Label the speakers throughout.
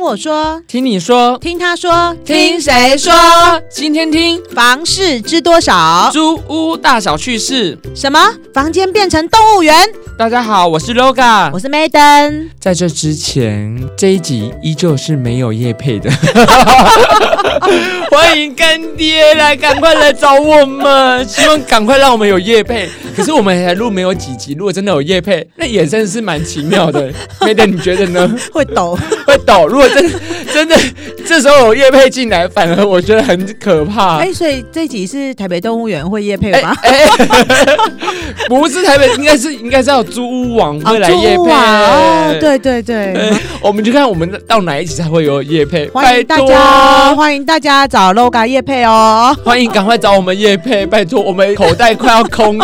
Speaker 1: 我说，
Speaker 2: 听你说，
Speaker 1: 嗯听他说，
Speaker 2: 听谁说？今天听
Speaker 1: 房事知多少？
Speaker 2: 租屋大小趣事。
Speaker 1: 什么？房间变成动物园？
Speaker 2: 大家好，我是 LOGA。
Speaker 1: 我是 Maiden，
Speaker 2: 在这之前，这一集依旧是没有叶配 的。欢迎干爹来，赶快来找我们，希望赶快让我们有叶配。可是我们才录没有几集，如果真的有叶配，那也真的是蛮奇妙 的。Maiden，你觉得呢？
Speaker 1: 会抖。
Speaker 2: 会抖。如果真的真的这时候有叶配进来，反而我觉得很可怕。
Speaker 1: 哎、所以这集是台北动物园会夜配
Speaker 2: 哎
Speaker 1: 吗？
Speaker 2: 哎，不是台北，应该是应该是要租屋网会来夜
Speaker 1: 啊猪
Speaker 2: 配、
Speaker 1: 啊哦，对对对，
Speaker 2: 哎。我们就看我们到哪一集才会有夜配，
Speaker 1: 欢
Speaker 2: 拜
Speaker 1: 迎大
Speaker 2: 托
Speaker 1: 家，欢迎大家找 LOGA 夜配哦。
Speaker 2: 欢迎赶快找我们夜配，拜托，我们口袋快要空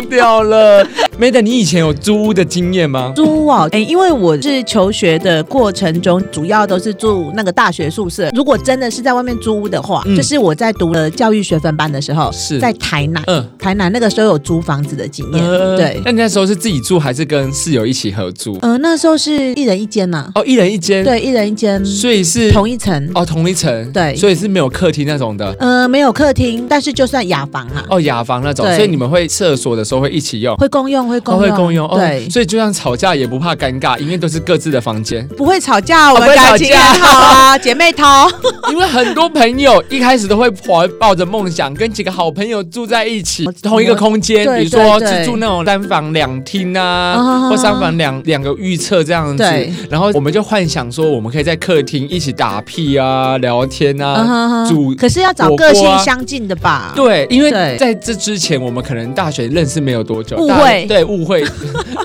Speaker 2: 掉了。Maiden，你以前有租屋的经验吗？
Speaker 1: 租哦，哎、因为我是求学的过程中，主要都是住那个大学宿舍。如果真的是在外面租屋的话，
Speaker 2: 嗯
Speaker 1: 就是我在读了教育学分班的时候，
Speaker 2: 是
Speaker 1: 在台南，
Speaker 2: 嗯。
Speaker 1: 台南那个时候有租房子的经验，
Speaker 2: 呃
Speaker 1: 对，
Speaker 2: 那你那时候是自己住还是跟室友一起合租？
Speaker 1: 呃，那时候是一人一间呐、
Speaker 2: 哦，一人一间，，
Speaker 1: 对，一人一间，
Speaker 2: 所以是
Speaker 1: 同一层，
Speaker 2: 哦同一层，
Speaker 1: 对
Speaker 2: 所以是没有客厅那种的，
Speaker 1: 呃，没有客厅，但是就算雅房啊，
Speaker 2: 哦雅房那种，
Speaker 1: 对
Speaker 2: 所以你们会厕所的时候会一起用，
Speaker 1: 会公用，会
Speaker 2: 哦，
Speaker 1: 公
Speaker 2: 会
Speaker 1: 用，
Speaker 2: 共用，哦
Speaker 1: 对，
Speaker 2: 所以就算吵架也不怕尴尬，因为都是各自的房间。
Speaker 1: 不会吵架，我
Speaker 2: 不
Speaker 1: 们
Speaker 2: 会吵
Speaker 1: 感情
Speaker 2: 架
Speaker 1: 很好啊，姐妹淘。
Speaker 2: 因为很多朋友一开始都会怀抱着梦想，跟几个好朋友住在一起
Speaker 1: 哦，
Speaker 2: 同一个空间，
Speaker 1: 对
Speaker 2: 比如说
Speaker 1: 对对
Speaker 2: 是住那种三房两厅啊，
Speaker 1: 啊
Speaker 2: 或三房两两个预测这样子
Speaker 1: 对。
Speaker 2: 然后我们就幻想说，我们可以在客厅一起打屁啊、聊天
Speaker 1: 嗯
Speaker 2: 啊。
Speaker 1: 哼哼
Speaker 2: 煮
Speaker 1: 可是要找
Speaker 2: 火锅
Speaker 1: 个性
Speaker 2: 啊
Speaker 1: 相近的吧？
Speaker 2: 对，因为
Speaker 1: 对
Speaker 2: 在这之前，我们可能大学认识没有多久，
Speaker 1: 误
Speaker 2: 大
Speaker 1: 会
Speaker 2: 对 误会，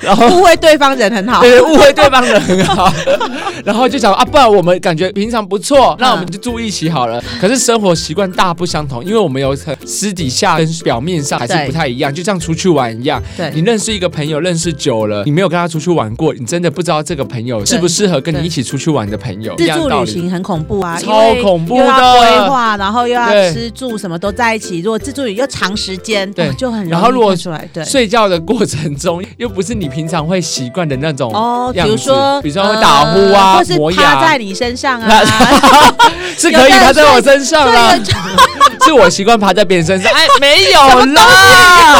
Speaker 2: 然后
Speaker 1: 误会对方人很好。
Speaker 2: 对，误会对方人很好， 然后就想啊，不然我们感觉平常不
Speaker 1: 嗯
Speaker 2: 错，那我们就住一起好了。可是生活习惯大不相同，因为我们有私底下跟表面上还是
Speaker 1: 对
Speaker 2: 不太一样，就像出去玩一样。
Speaker 1: 对
Speaker 2: 你认识一个朋友，认识久了，你没有跟他出去玩过，你真的不知道这个朋友适不适合跟你
Speaker 1: 对
Speaker 2: 一起出去玩的朋友。一
Speaker 1: 自
Speaker 2: 样
Speaker 1: 助
Speaker 2: 的道
Speaker 1: 旅
Speaker 2: 理。
Speaker 1: 行很恐怖啊，
Speaker 2: 超
Speaker 1: 因为
Speaker 2: 恐怖的
Speaker 1: 又要规划，然后又要
Speaker 2: 对
Speaker 1: 吃住，什么都在一起。如果自助旅又长时间，
Speaker 2: 对
Speaker 1: 哦就很容易
Speaker 2: 然后如果
Speaker 1: 看出来对
Speaker 2: 睡觉的过程中，又不是你平常会习惯的那种
Speaker 1: 哦，比
Speaker 2: 样
Speaker 1: 如
Speaker 2: 子
Speaker 1: 说
Speaker 2: 比如说会打呼啊
Speaker 1: 呃或是
Speaker 2: 磨牙
Speaker 1: 趴在你身上 啊，
Speaker 2: 是可以，
Speaker 1: 有的人
Speaker 2: 他在我身上啦
Speaker 1: 对。
Speaker 2: 是我习惯爬在别人身上，哎，没有啦。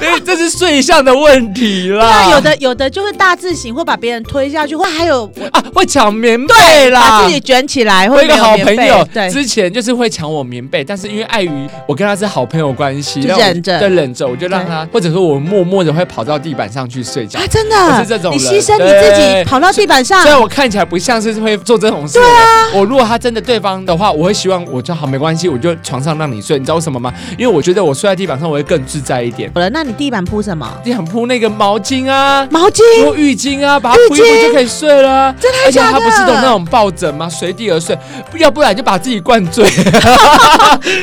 Speaker 2: 对，这是睡相的问题啦。
Speaker 1: 那啊有的有的就会大字型，或把别人推下去，或还有
Speaker 2: 啊，会抢棉被
Speaker 1: 把
Speaker 2: 啦
Speaker 1: 自。己卷起来，或
Speaker 2: 我有
Speaker 1: 者
Speaker 2: 一啊个好朋友
Speaker 1: 对，
Speaker 2: 之前就是会抢我棉被，但是因为碍于我跟他是好朋友关系，
Speaker 1: 就
Speaker 2: 然后我
Speaker 1: 忍着
Speaker 2: 对，忍着，我就让他，或者说我默默的会跑到地板上去睡觉
Speaker 1: 啊，。真
Speaker 2: 我
Speaker 1: 的，
Speaker 2: 是这种
Speaker 1: 你
Speaker 2: 人
Speaker 1: 牺牲你
Speaker 2: 对
Speaker 1: 自己跑到地板上
Speaker 2: 虽，然我看起来不像是会做这种事，对啊，我如果他真的对方的话，我会希望我就好没关系，我就床上让你睡，你知道为什么吗？因为我觉得我睡在地板上我会更自在一点。
Speaker 1: 好了，那你地板铺什么？
Speaker 2: 你很铺那个毛巾啊，
Speaker 1: 毛巾，
Speaker 2: 铺浴巾啊，把它铺
Speaker 1: 嗯浴
Speaker 2: 一铺
Speaker 1: 巾
Speaker 2: 就可以睡了啊。
Speaker 1: 真的
Speaker 2: 而
Speaker 1: 还
Speaker 2: 且
Speaker 1: 假
Speaker 2: 它
Speaker 1: 的？
Speaker 2: 不是都有那种抱枕吗？随地而睡，要不然就把自己灌醉，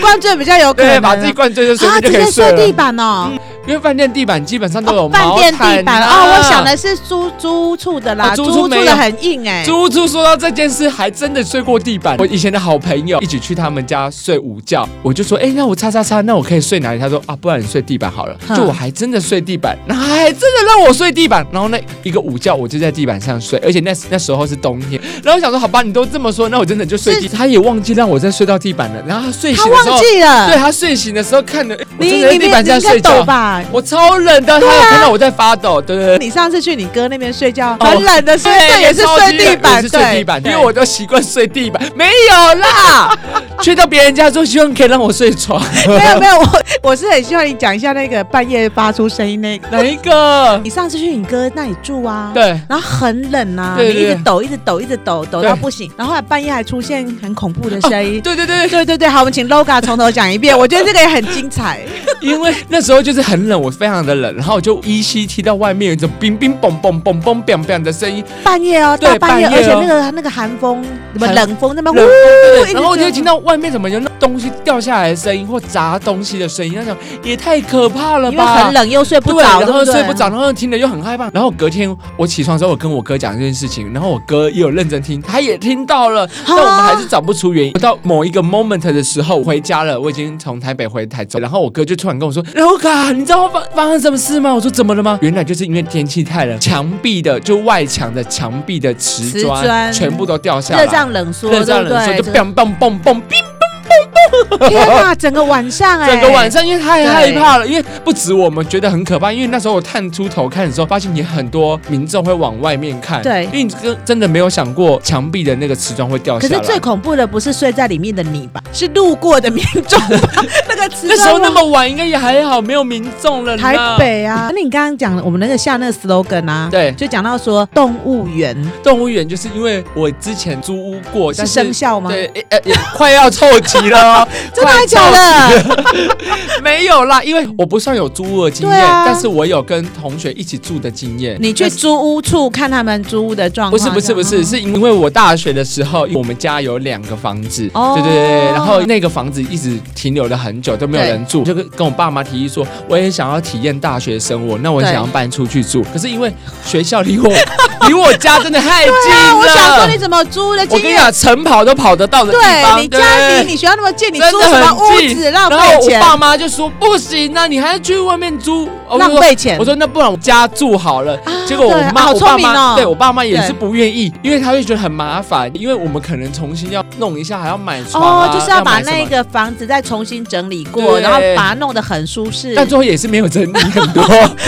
Speaker 1: 灌醉比较有可能
Speaker 2: 对，
Speaker 1: 啊，
Speaker 2: 把自己灌醉就随
Speaker 1: 啊，
Speaker 2: 便就
Speaker 1: 直
Speaker 2: 可
Speaker 1: 接
Speaker 2: 以睡
Speaker 1: 睡地
Speaker 2: 了。
Speaker 1: 板哦，
Speaker 2: 因为饭店地板基本上都有
Speaker 1: 哦饭
Speaker 2: 毛
Speaker 1: 店
Speaker 2: 毯
Speaker 1: 地板
Speaker 2: 啊
Speaker 1: 哦，我想的是租租处的啦，
Speaker 2: 啊租处
Speaker 1: 租
Speaker 2: 没有
Speaker 1: 处的很硬哎，
Speaker 2: 猪猪说到这件事，还真的睡过地板。我以前的好朋友一起去他们家睡午觉，我就说，哎、那我擦擦擦，那我可以睡哪里？他说啊，不然你睡地板好了。
Speaker 1: 哼
Speaker 2: 就我还真的睡地板，然后还真的让我睡地板。然后那一个午觉我就在地板上睡，而且那那时候是冬天。然后我想说，好吧，你都这么说，那我真的就睡地。他也忘记让我再睡到地板了。然后他睡
Speaker 1: 他
Speaker 2: 醒的时
Speaker 1: 忘记
Speaker 2: 候，对
Speaker 1: 了，
Speaker 2: 他睡醒的时候看了，哎我
Speaker 1: 你
Speaker 2: 真
Speaker 1: 你你
Speaker 2: 的在地板
Speaker 1: 你
Speaker 2: 上
Speaker 1: 应该
Speaker 2: 睡
Speaker 1: 抖
Speaker 2: 觉。
Speaker 1: 吧？
Speaker 2: 我超冷的，他有看到我在发抖，对对对。
Speaker 1: 你上次去你哥那边睡觉，
Speaker 2: 哦
Speaker 1: 很冷的时候，
Speaker 2: 对，
Speaker 1: 对，也是
Speaker 2: 超
Speaker 1: 睡
Speaker 2: 级
Speaker 1: 地
Speaker 2: 也
Speaker 1: 板，
Speaker 2: 是
Speaker 1: 对
Speaker 2: 睡地板，因
Speaker 1: 对
Speaker 2: 为我都习惯睡地板，没有 啦，去到别人家说希望可以让我睡 床，
Speaker 1: 没有没有，我我是很希望你讲一下那个半夜发出声音那个，
Speaker 2: 哪一个？
Speaker 1: 你上次去你哥那里住啊？。
Speaker 2: 对，
Speaker 1: 然后很冷啊，
Speaker 2: 对
Speaker 1: 你一
Speaker 2: 对
Speaker 1: 直抖，一直抖，一直抖，抖
Speaker 2: 对哦
Speaker 1: 到不行。然后后来半夜还出现很恐怖的声音。
Speaker 2: 对对对，
Speaker 1: 对对对，好，我们请 LOGA 从头讲一遍，我觉得这个也很精彩。
Speaker 2: 因为那时候就是很冷，我非常的冷，然后我就依稀听到外面有一种冰冰嘣嘣嘣嘣砰砰的声音，
Speaker 1: 半夜哦，
Speaker 2: 对
Speaker 1: 大半夜，
Speaker 2: 半夜
Speaker 1: 而且
Speaker 2: 哦
Speaker 1: 那个那个寒风，什么
Speaker 2: 寒
Speaker 1: 冷风那么
Speaker 2: 冷
Speaker 1: 呜，
Speaker 2: 对
Speaker 1: 一直
Speaker 2: 然后我就
Speaker 1: 吹
Speaker 2: 听到外面怎么有那东西掉下来的声音或砸东西的声音，那种也太可怕了
Speaker 1: 因为
Speaker 2: 吧？
Speaker 1: 很冷又睡不
Speaker 2: 对，
Speaker 1: 着，
Speaker 2: 然
Speaker 1: 对
Speaker 2: 后
Speaker 1: 对
Speaker 2: 睡不着，。然后又听了又很害怕。然后隔天我起床的时候，我跟我哥讲这件事情，然后我哥也有认真听，他也听到了，
Speaker 1: 啊
Speaker 2: 但我们还是找不出原因。到某一个 moment 的时候，我回家了，我已经从台北回台中，然后我哥就突然跟我说：“刘卡，你知道道发发生什么事吗？我说怎么了吗？原来就是因为天气太冷，墙壁的就外墙的墙壁的瓷
Speaker 1: 瓷
Speaker 2: 砖
Speaker 1: 砖
Speaker 2: 全部都掉下来，
Speaker 1: 热胀冷缩，
Speaker 2: 啊热胀
Speaker 1: 对不
Speaker 2: 冷缩
Speaker 1: 对
Speaker 2: 就砰砰砰砰砰
Speaker 1: 天哪，整个晚上哎、
Speaker 2: 整个晚上，因为太害
Speaker 1: 对
Speaker 2: 怕了，因为不止我们觉得很可怕，因为那时候我探出头看的时候，发现也很多民众会往外面看，
Speaker 1: 对
Speaker 2: 因为你真真的没有想过墙壁的那个瓷砖会掉
Speaker 1: 可
Speaker 2: 下
Speaker 1: 是
Speaker 2: 来。
Speaker 1: 最恐怖的不是睡在里面的你吧，是路过的民众 吧？那个瓷
Speaker 2: 那时候
Speaker 1: 砖
Speaker 2: 那么晚，应该也还好，没有民众了啦。
Speaker 1: 台北啊，那你刚刚讲的我们那个下那个 slogan 啊，
Speaker 2: 对
Speaker 1: 就讲到说动物园
Speaker 2: 动物园，就是因为我之前租屋过，但
Speaker 1: 是
Speaker 2: 是
Speaker 1: 生肖吗？
Speaker 2: 对，呃、呃快要凑齐了哦，
Speaker 1: 真的
Speaker 2: 快
Speaker 1: 还假
Speaker 2: 凑
Speaker 1: 的？
Speaker 2: 没有啦，因为我不算有租屋的经验，
Speaker 1: 对啊
Speaker 2: 但是我有跟同学一起住的经验。
Speaker 1: 你去租屋处看他们租屋的状
Speaker 2: 不
Speaker 1: 况？
Speaker 2: 是不是不是，
Speaker 1: 啊这
Speaker 2: 是因为我大学的时候，我们家有两个房子，
Speaker 1: 哦
Speaker 2: 对对对，然后那个房子一直停留了很久都没有人住，就跟跟我爸妈提议说，我也想要体验大学生活，那我
Speaker 1: 对
Speaker 2: 想要搬出去住，可是因为学校离我离我家真的太近
Speaker 1: 样啊。
Speaker 2: 了，
Speaker 1: 我想说你怎么租屋的
Speaker 2: 我
Speaker 1: 经
Speaker 2: 跟你
Speaker 1: 验？
Speaker 2: 讲，晨跑都跑得到的地方，
Speaker 1: 对你
Speaker 2: 对
Speaker 1: 家离你学校那么近，你
Speaker 2: 真
Speaker 1: 租
Speaker 2: 的
Speaker 1: 什么
Speaker 2: 很
Speaker 1: 屋
Speaker 2: 近
Speaker 1: 子
Speaker 2: 然
Speaker 1: 浪
Speaker 2: 后
Speaker 1: 费
Speaker 2: 我
Speaker 1: 钱？
Speaker 2: 爸妈就说不行啊，你还是去外面租，哦我就
Speaker 1: 浪
Speaker 2: 说
Speaker 1: 费钱
Speaker 2: 我。说那不然我家住好了。结果我
Speaker 1: 啊对
Speaker 2: 妈，
Speaker 1: 好
Speaker 2: 我爸
Speaker 1: 聪明哦
Speaker 2: 妈对我爸妈也是
Speaker 1: 对
Speaker 2: 不愿意，因为他会觉得很麻烦，因为我们可能重新要弄一下，还要买床啊
Speaker 1: 哦，就是要把
Speaker 2: 买什么
Speaker 1: 那个房子再重新整理过，
Speaker 2: 对
Speaker 1: 然后把它弄得很舒适。
Speaker 2: 但最后也是没有整理很 多，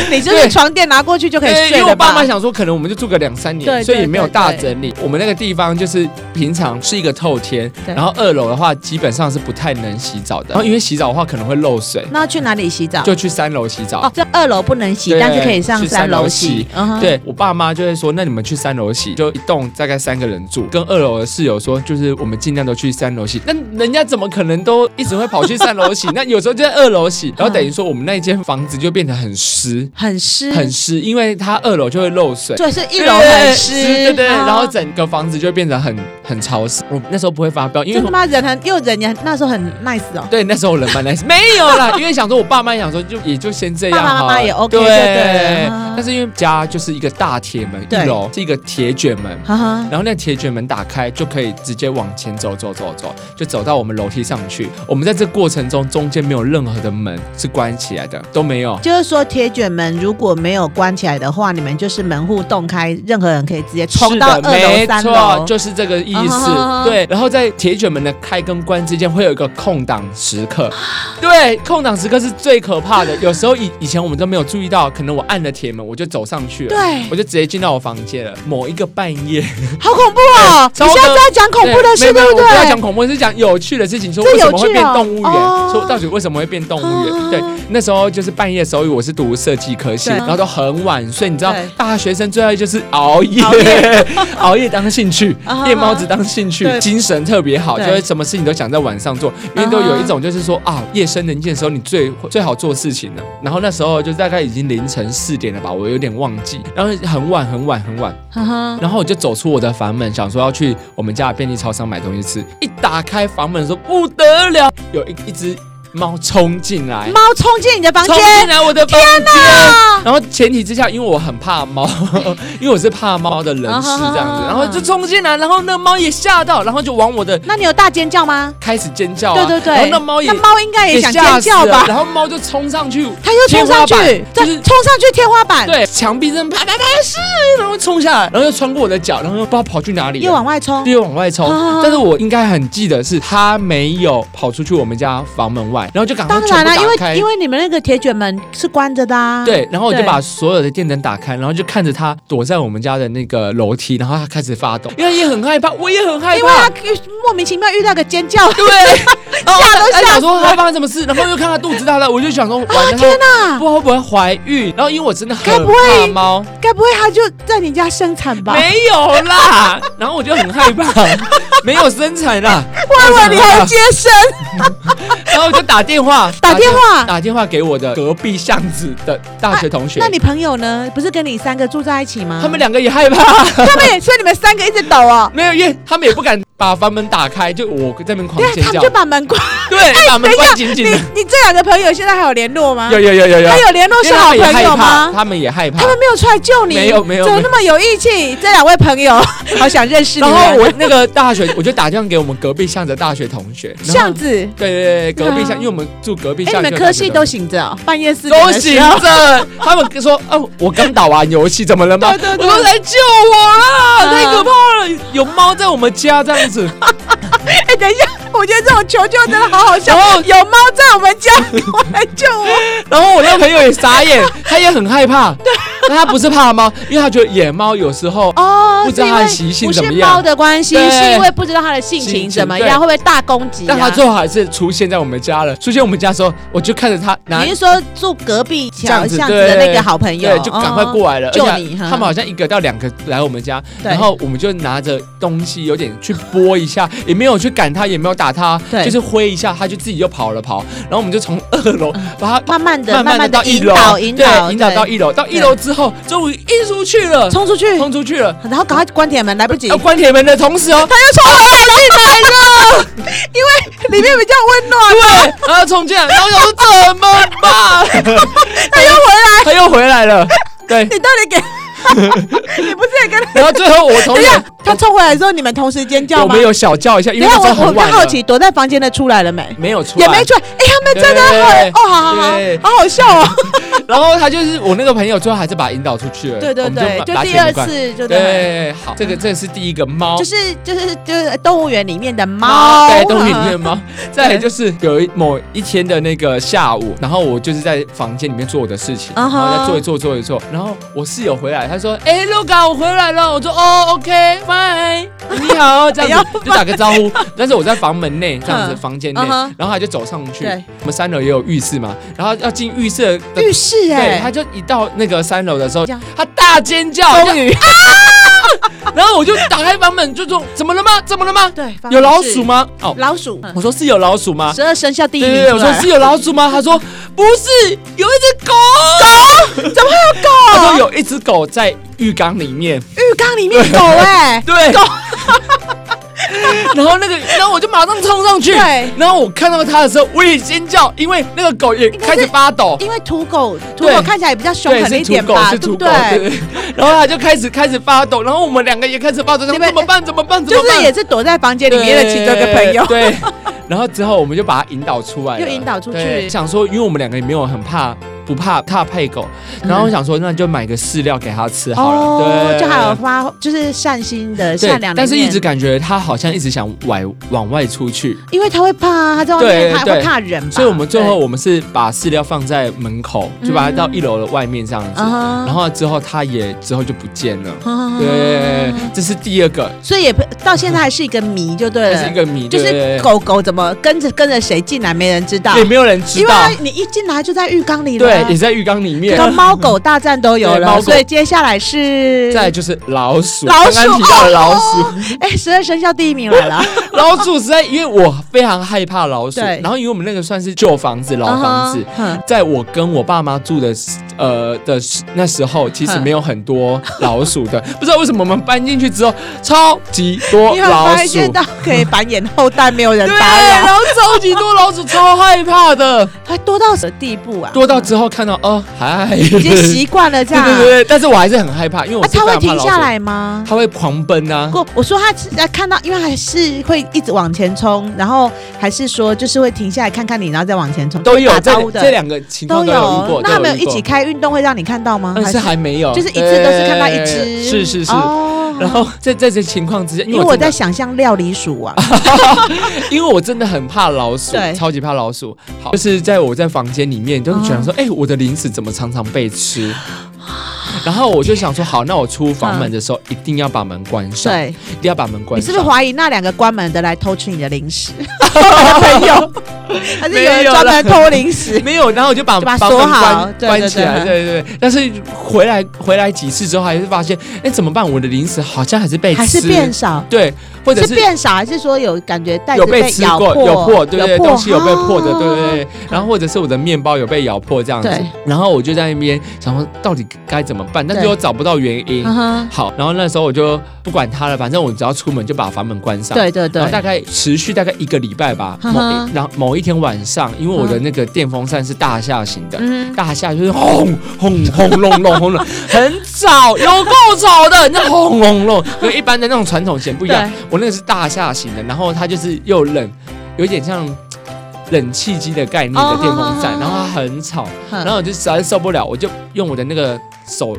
Speaker 1: 你就
Speaker 2: 对
Speaker 1: 是床垫拿过去就可以
Speaker 2: 对因
Speaker 1: 睡
Speaker 2: 为
Speaker 1: 了
Speaker 2: 我爸
Speaker 1: 吧
Speaker 2: 妈？想说，可能我们就住个两三
Speaker 1: 对
Speaker 2: 年，
Speaker 1: 对
Speaker 2: 所以也没有
Speaker 1: 对
Speaker 2: 大
Speaker 1: 对
Speaker 2: 整理。我们那个地方就是平常是一个透天，
Speaker 1: 对
Speaker 2: 然后二楼的话基本上是不太能洗澡的，然后因为洗澡的话可能会漏水，
Speaker 1: 那要去哪里洗澡？
Speaker 2: 就去三楼洗澡
Speaker 1: 哦。，这二楼不能洗
Speaker 2: 对，
Speaker 1: 但是可以上
Speaker 2: 去三
Speaker 1: 三
Speaker 2: 楼
Speaker 1: 楼
Speaker 2: 洗
Speaker 1: 洗。嗯哼，
Speaker 2: 对我爸妈就会说，那你们去三楼洗，就一栋大概三个人住，跟二楼的室友说，就是我们尽量都去三楼洗。那人家怎么可能都一直会跑去三 楼洗？那有时候就在二楼
Speaker 1: 嗯
Speaker 2: 洗，然后等于说我们那间房子就变得很湿，
Speaker 1: 很湿，
Speaker 2: 很湿，因为它二楼就会漏水。
Speaker 1: 对，嗯是一
Speaker 2: 对
Speaker 1: 楼很湿，
Speaker 2: 对对对，
Speaker 1: 啊
Speaker 2: 然后整个房子就变得很很潮湿。我那时候不会发飙，因为
Speaker 1: 真
Speaker 2: 我
Speaker 1: 他妈人很又人也很那时候很 nice 哦，
Speaker 2: 对，那时候人蛮 nice，没有啦，因为想说我爸妈想说就也就先这样
Speaker 1: 爸爸
Speaker 2: 好
Speaker 1: 妈
Speaker 2: 了，
Speaker 1: 妈也 OK
Speaker 2: 对
Speaker 1: 就对了啊
Speaker 2: 但是因为家就是一个大铁门，
Speaker 1: 对
Speaker 2: 一楼是一个铁卷门。
Speaker 1: 哈哈，
Speaker 2: 然后那铁卷门打开，就可以直接往前走走走走，就走到我们楼梯上去。我们在这过程中中间没有任何的门是关起来的，都没有。
Speaker 1: 就是说铁卷门如果没有关起来的话，你们就是门户洞开，任何人可以直接冲到
Speaker 2: 是的
Speaker 1: 二楼、
Speaker 2: 没
Speaker 1: 三
Speaker 2: 错，
Speaker 1: 楼。
Speaker 2: 就是这个意
Speaker 1: 啊哈
Speaker 2: 思。
Speaker 1: 哈哈
Speaker 2: 对，然后在铁卷门的开跟关之间会有一个空档时刻，对，空档时刻是最可怕的。有时候以以前我们都没有注意到，可能我按了铁门，我就走上去了。
Speaker 1: 对
Speaker 2: 我，就直接进到我房间了。某一个半夜，
Speaker 1: 好恐怖哦！
Speaker 2: 对
Speaker 1: 你
Speaker 2: 超
Speaker 1: 现在
Speaker 2: 的
Speaker 1: 在讲恐怖的事，
Speaker 2: 没
Speaker 1: 对
Speaker 2: 有没有我不要讲
Speaker 1: 对？
Speaker 2: 恐怖，是讲有趣的事情。说
Speaker 1: 这
Speaker 2: 为
Speaker 1: 有
Speaker 2: 什
Speaker 1: 趣
Speaker 2: 么会变
Speaker 1: 哦
Speaker 2: 动物园？
Speaker 1: 哦
Speaker 2: 说到底为什么会变动物园？
Speaker 1: 啊
Speaker 2: 对，那时候就是半夜的时候，我是读设计科系，
Speaker 1: 对
Speaker 2: 然后都很晚睡。你知道
Speaker 1: 对，
Speaker 2: 大学生最爱就是熬夜，
Speaker 1: 熬
Speaker 2: 熬夜当兴趣
Speaker 1: 啊哈，哈
Speaker 2: 夜猫子当兴趣，
Speaker 1: 对
Speaker 2: 精神特别好，就
Speaker 1: 对
Speaker 2: 会什么事情都想在晚上做，因为都
Speaker 1: 啊哈
Speaker 2: 有一种就是说啊，夜深人静的时候你最会最好做事情了。然后那时候就大概已经凌晨四点了吧，我有点忘记，然后很晚很晚很晚。
Speaker 1: 哈哈，
Speaker 2: 然后我就走出我的房门，想说要去我们家的便利超商买东西吃。一打开房门的时候，不得了，有一一只猫冲进来，
Speaker 1: 猫冲进你的房
Speaker 2: 冲
Speaker 1: 间，
Speaker 2: 进来我的房间。然后前提之下，因为我很怕猫， 因为我是怕猫的人士这样子，
Speaker 1: 啊
Speaker 2: 然后就冲进来，然后那猫也吓到，然后就往我的
Speaker 1: 那你有大尖叫吗？
Speaker 2: 开始尖叫、啊，
Speaker 1: 对对对，
Speaker 2: 然后那猫也
Speaker 1: 那猫应该也想
Speaker 2: 吓
Speaker 1: 尖
Speaker 2: 死
Speaker 1: 叫
Speaker 2: 了
Speaker 1: 吧？
Speaker 2: 然后猫就冲 上去，
Speaker 1: 它又冲上去
Speaker 2: 天
Speaker 1: 对，
Speaker 2: 花板，就是
Speaker 1: 冲上去天花板，，
Speaker 2: 对，墙壁这么啪啪啪是，然后冲下来，然后又穿过我的脚，然后又不知道跑去哪里了，
Speaker 1: 又往外冲，
Speaker 2: 就往外冲
Speaker 1: 啊。
Speaker 2: 但是我应该很记得是他没有跑出去我们家房门外，然后就赶快
Speaker 1: 当
Speaker 2: 全
Speaker 1: 然
Speaker 2: 部
Speaker 1: 啦、因
Speaker 2: 打开
Speaker 1: 为。因为你们那个铁卷门是关着的啊。
Speaker 2: 对，然后我就
Speaker 1: 对
Speaker 2: 把所有的电灯打开，然后就看着他躲在我们家的那个楼梯，然后他开始发抖，因为也很害怕，我也很害
Speaker 1: 因为
Speaker 2: 怕
Speaker 1: 他，莫名其妙遇到个尖叫，
Speaker 2: 对，然后我还想说他发生什么事，然后又看他肚子大大，我 就想说， 完了，天
Speaker 1: 哪
Speaker 2: 不知道会不会怀孕？然后因为我真的
Speaker 1: 该
Speaker 2: 很
Speaker 1: 不
Speaker 2: 怕
Speaker 1: 会
Speaker 2: 猫，
Speaker 1: 该不会他就在你家生产吧？
Speaker 2: 没有啊啦， 然后我就很害怕，没有生 产啦，
Speaker 1: 我以为你
Speaker 2: 然后
Speaker 1: 还接生，
Speaker 2: 然后我就打电话，
Speaker 1: 打电话
Speaker 2: 打电话给我的隔壁巷子的大学同 学。
Speaker 1: 啊那你朋友呢？不是跟你三个住在一起吗？
Speaker 2: 他们两个也害怕，
Speaker 1: 他们也，所以你们三个一直抖哦。
Speaker 2: 没有，因为他们也不敢把房门打开，就我在那边狂
Speaker 1: 对啊，
Speaker 2: 尖
Speaker 1: 他们
Speaker 2: 叫
Speaker 1: 就，哎把门关。
Speaker 2: 对，把门关紧紧
Speaker 1: 你
Speaker 2: 的。
Speaker 1: 你这两个朋友现在还有联络吗？
Speaker 2: 有有有有有，
Speaker 1: 还有联络
Speaker 2: 因
Speaker 1: 是
Speaker 2: 为他
Speaker 1: 好
Speaker 2: 们也
Speaker 1: 朋
Speaker 2: 害
Speaker 1: 友
Speaker 2: 怕，
Speaker 1: 吗？
Speaker 2: 他们也害怕
Speaker 1: 他。们没有出来救你，
Speaker 2: 没有没有
Speaker 1: 怎么
Speaker 2: 没有
Speaker 1: 那么有义气？这两位朋友 好想认识你
Speaker 2: 然
Speaker 1: 们。
Speaker 2: 后我那个大学，我就打电话给我们隔壁巷子的大学同学，然后
Speaker 1: 巷子，
Speaker 2: 对对对，隔壁巷，
Speaker 1: 嗯
Speaker 2: 因为我们住隔壁
Speaker 1: 哎，
Speaker 2: 巷，
Speaker 1: 你们
Speaker 2: 就有
Speaker 1: 科
Speaker 2: 大学
Speaker 1: 系
Speaker 2: 同
Speaker 1: 都醒着哦，半夜四点
Speaker 2: 都
Speaker 1: 的时
Speaker 2: 醒
Speaker 1: 候
Speaker 2: 着，他们说：“哦、我刚打完游戏，怎么了吗？”
Speaker 1: 对对对
Speaker 2: 我说：“来救我啦！
Speaker 1: 嗯
Speaker 2: 太可怕了，有猫在我们家这 样子。
Speaker 1: 哎，等一下，我觉得这种求救真的好好笑。有猫在我们家，我来救 我。”
Speaker 2: 然后我那个朋友也傻眼，他也很害怕。但他不是怕猫，因为他觉得野猫有时候
Speaker 1: 哦
Speaker 2: 不知道它的习性怎么样
Speaker 1: 不是猫的关系，
Speaker 2: 对
Speaker 1: 是因为不知道它的性情怎么
Speaker 2: 性
Speaker 1: 样，
Speaker 2: 情
Speaker 1: 会不会大攻击、啊？
Speaker 2: 但他最后还是出现在我们家了。出现我们家的时候，我就看着他拿
Speaker 1: 你是说住隔壁
Speaker 2: 这
Speaker 1: 桥
Speaker 2: 样子
Speaker 1: 巷子的那
Speaker 2: 对
Speaker 1: 个好朋友，
Speaker 2: 对，就赶快过来了。
Speaker 1: 哦救
Speaker 2: 而且
Speaker 1: 你哈
Speaker 2: 他们好像一个到两个来我们家，
Speaker 1: 对
Speaker 2: 然后我们就拿着东西有点去拨一下，也没有去赶他，也没有打他，
Speaker 1: 对
Speaker 2: 就是挥一下，他就自己就跑了跑。然后我们就从二楼把他。
Speaker 1: 慢慢的、
Speaker 2: 慢
Speaker 1: 嗯慢
Speaker 2: 慢的
Speaker 1: 的
Speaker 2: 到一
Speaker 1: 引
Speaker 2: 楼，
Speaker 1: 导、引导、
Speaker 2: 对，引导
Speaker 1: 对
Speaker 2: 到一楼，到一楼之后，终于溢出去了，
Speaker 1: 冲出去，
Speaker 2: 冲出去了，
Speaker 1: 然后赶快关铁门，来不及，
Speaker 2: 要关铁门的同时 哦，
Speaker 1: 他又冲回来进来了， 因为里面比较温暖，啊
Speaker 2: 对，啊然后冲进来，然后我想说怎么办？
Speaker 1: 他又回来。
Speaker 2: 他又回来了，对，
Speaker 1: 你到底给？
Speaker 2: 哦
Speaker 1: 你不是也跟他？
Speaker 2: 然后最后我同
Speaker 1: 等一下
Speaker 2: 学，
Speaker 1: 他冲回来的时候，你们同时尖叫
Speaker 2: 我
Speaker 1: 吗？
Speaker 2: 们有小叫一下，因
Speaker 1: 等
Speaker 2: 为
Speaker 1: 一下
Speaker 2: 那时
Speaker 1: 我我
Speaker 2: 候很
Speaker 1: 比
Speaker 2: 晚
Speaker 1: 较
Speaker 2: 了，
Speaker 1: 好奇，躲在房间的出来了没？
Speaker 2: 没有出来，
Speaker 1: 也没出来。哎，他们真的
Speaker 2: 对
Speaker 1: 很哦，好好好，
Speaker 2: 对
Speaker 1: 好好笑哦。
Speaker 2: 然后他就是我那个朋友，最后还是把他引导出去了。
Speaker 1: 对对
Speaker 2: 我们
Speaker 1: 对，
Speaker 2: 把
Speaker 1: 就
Speaker 2: 把
Speaker 1: 第
Speaker 2: 铁门
Speaker 1: 二
Speaker 2: 关
Speaker 1: 次就对，
Speaker 2: 对，好，这个这是第一个猫，
Speaker 1: 就是就是就是动物园里面的猫，
Speaker 2: 对，动物园里面的 猫。再来就是有一某一天的那个下午，然后我就是在房间里面做我的事情，
Speaker 1: 嗯
Speaker 2: 然
Speaker 1: 哼
Speaker 2: 后在做一做做一做，然后我室友回来，他说：“哎，Loga，我回来了。”我说：“哦，OK，fine，你 好，这样子就打个招呼。”但是我在房门内这样子，
Speaker 1: 嗯
Speaker 2: 房间内
Speaker 1: 嗯哼，
Speaker 2: 然后他就走上去
Speaker 1: 对。
Speaker 2: 我们三楼也有浴室嘛，然后要进浴室的
Speaker 1: 浴室
Speaker 2: 对，
Speaker 1: 哎
Speaker 2: 他，就一到那个三楼的时候
Speaker 1: 这样，
Speaker 2: 他大尖叫，
Speaker 1: 终于
Speaker 2: 然后我就打开房门，就说：“怎么了吗？怎么了吗？
Speaker 1: 对，
Speaker 2: 有老鼠？吗？”哦，
Speaker 1: 老鼠，嗯
Speaker 2: 我说是有老鼠吗？
Speaker 1: 十二生肖第一
Speaker 2: 对啊
Speaker 1: 名
Speaker 2: 对
Speaker 1: 出
Speaker 2: 对，我说
Speaker 1: 来了
Speaker 2: 是有老鼠吗？他说不是，有一只狗。狗？怎么会有狗？他说有一只狗在浴缸里面。
Speaker 1: 浴缸里面狗哎，
Speaker 2: 对，狗。 然后那个，然后我就马上冲上去。
Speaker 1: 对
Speaker 2: 然后我看到它的时候，我也尖叫，因为那个狗也
Speaker 1: 该是
Speaker 2: 开始发抖。
Speaker 1: 因为土狗土
Speaker 2: 对
Speaker 1: 狗看起来也比较凶
Speaker 2: 对，
Speaker 1: 狠一
Speaker 2: 是土
Speaker 1: 点
Speaker 2: 狗，
Speaker 1: 吧，
Speaker 2: 是
Speaker 1: 对不
Speaker 2: 土狗，对
Speaker 1: 对？
Speaker 2: 对。然后他就开始开始发抖，然后我们两个也开始发抖，想
Speaker 1: 你们
Speaker 2: 怎么办？怎么办？怎么
Speaker 1: 就
Speaker 2: 办？
Speaker 1: 是也是躲在房间里面的其中一个朋友，
Speaker 2: 对。对然后之后我们就把他引导出来了，
Speaker 1: 又引导出去
Speaker 2: 对想说，因为我们两个也没有很怕，不怕怕配狗，然后我想说，那就买个饲料给他吃好了，对，
Speaker 1: 嗯哦就还有发就是善心的
Speaker 2: 对
Speaker 1: 善良的一面，
Speaker 2: 但是一直感觉他好像一直想往往外出去，
Speaker 1: 因为他会怕啊，他在外面
Speaker 2: 对
Speaker 1: 他
Speaker 2: 对
Speaker 1: 会怕人吧，
Speaker 2: 所以我们最后我们是把饲料放在门口，
Speaker 1: 嗯
Speaker 2: 就把它到一楼的外面这样子，
Speaker 1: 啊
Speaker 2: 然后之后他也之后就不见了。
Speaker 1: 哈
Speaker 2: 对，这是第二个，
Speaker 1: 所以也不到现在还是一个谜，就对
Speaker 2: 这
Speaker 1: 了，
Speaker 2: 是一个谜，
Speaker 1: 就
Speaker 2: 对
Speaker 1: 是，狗狗怎么跟着跟着谁进来，没人知道
Speaker 2: 对对，也没有人知
Speaker 1: 因为
Speaker 2: 道
Speaker 1: 它，你一进来就在浴缸里了，
Speaker 2: 对，也在浴缸里面。
Speaker 1: 跟猫狗大战都有
Speaker 2: 对猫
Speaker 1: 了，
Speaker 2: 狗
Speaker 1: 所以接下来是
Speaker 2: 再来就是老鼠，
Speaker 1: 老鼠
Speaker 2: 刚刚提到的老鼠，
Speaker 1: 哎，十二生肖第一名来了，
Speaker 2: 老鼠实在因为我非常害怕老鼠，
Speaker 1: 对
Speaker 2: 然后因为我们那个算是旧房子、老房子。
Speaker 1: 嗯哼，哼
Speaker 2: 在我跟我爸妈住的时，呃的时那时候，其实
Speaker 1: 嗯
Speaker 2: 没有很多老 鼠的，不知道为什么我们搬进去之后，超级多
Speaker 1: 你很
Speaker 2: 老
Speaker 1: 发
Speaker 2: 鼠，
Speaker 1: 现到可以繁衍后代，没有人
Speaker 2: 对，
Speaker 1: 打
Speaker 2: 然
Speaker 1: 扰，
Speaker 2: 后超级多老鼠，超害怕的，
Speaker 1: 它多到什么地步啊？
Speaker 2: 多到之后看到，哦，嗨，已
Speaker 1: 已经习惯了这
Speaker 2: 对
Speaker 1: 样，
Speaker 2: 对对对，但是我还是很害怕，因为我
Speaker 1: 啊，
Speaker 2: 是
Speaker 1: 它
Speaker 2: 非
Speaker 1: 会
Speaker 2: 常怕
Speaker 1: 停
Speaker 2: 老
Speaker 1: 下
Speaker 2: 鼠，
Speaker 1: 来吗？
Speaker 2: 它会狂奔啊，
Speaker 1: 不，我说他是呃看到，因为还是会一直往前冲，然后还是说就是会停下来看看你，然后再往前冲，
Speaker 2: 都有
Speaker 1: 打
Speaker 2: 这
Speaker 1: 招呼的
Speaker 2: 这两个情况都有遇过，
Speaker 1: 那他
Speaker 2: 都
Speaker 1: 们有
Speaker 2: 遇
Speaker 1: 一
Speaker 2: 过
Speaker 1: 起开运动会让你看到吗？
Speaker 2: 但是还没有，
Speaker 1: 就是一次都是看到一
Speaker 2: 对
Speaker 1: 只，
Speaker 2: 是是是。
Speaker 1: 哦
Speaker 2: 然后在在这情况之下，因
Speaker 1: 因
Speaker 2: 为
Speaker 1: 为
Speaker 2: 我
Speaker 1: 我
Speaker 2: 真
Speaker 1: 在
Speaker 2: 的
Speaker 1: 想象料理鼠 王，
Speaker 2: 因为我真的很怕老鼠
Speaker 1: 对，
Speaker 2: 超级怕老鼠。好，就是在我在房间里面，就是想
Speaker 1: 嗯
Speaker 2: 说，哎，我的零食怎么常常被吃？然后我就想说，好，那我出房门的时候一定要把门关上，
Speaker 1: 嗯对
Speaker 2: 一定要把门关
Speaker 1: 你是
Speaker 2: 上。
Speaker 1: 不是怀疑那两个关门的来偷吃你的零食？我的朋友，还是有人专门偷零食？
Speaker 2: 没有，然后我就把
Speaker 1: 就把它
Speaker 2: 房
Speaker 1: 锁
Speaker 2: 门
Speaker 1: 好
Speaker 2: 关
Speaker 1: 对
Speaker 2: 关
Speaker 1: 对
Speaker 2: 起来，对对对。但是回来回来几次之后，还是发现，哎，怎么办？我的零食好像还是哎被吃，
Speaker 1: 还是变少？
Speaker 2: 对，或者
Speaker 1: 是
Speaker 2: 是
Speaker 1: 变少，还是说有感觉袋子
Speaker 2: 有被吃
Speaker 1: 咬
Speaker 2: 过，
Speaker 1: 破？
Speaker 2: 有破，对对，
Speaker 1: 破
Speaker 2: 东西有被破的，
Speaker 1: 啊
Speaker 2: 对对对。然后或者是我的面包有被咬破这样子
Speaker 1: 对，
Speaker 2: 然后我就在那边想说到底该怎么办，但是
Speaker 1: 对
Speaker 2: 又找不到原因
Speaker 1: 嗯。哼
Speaker 2: 好，然后那时候我就不管它了，反正我只要出门就把房门关上。
Speaker 1: 嗯对对
Speaker 2: 然后大
Speaker 1: 对，
Speaker 2: 概持续大概一个礼拜吧，
Speaker 1: 嗯
Speaker 2: 某
Speaker 1: 哼
Speaker 2: 一然后某一天晚上，因为我的那个电风扇是大下型的，
Speaker 1: 嗯，
Speaker 2: 大下就是轰轰轰隆隆轰隆，很吵，有够吵的，那轰隆隆跟一般的那种传统弦不一样
Speaker 1: 对。
Speaker 2: 我那个是大下型的，然后它就是又冷，有点像冷气机的概念的
Speaker 1: 哦
Speaker 2: 电风扇，
Speaker 1: 好好好嗯
Speaker 2: 然后它很吵，
Speaker 1: 然
Speaker 2: 然后我就实在受不了，我就用我的那个手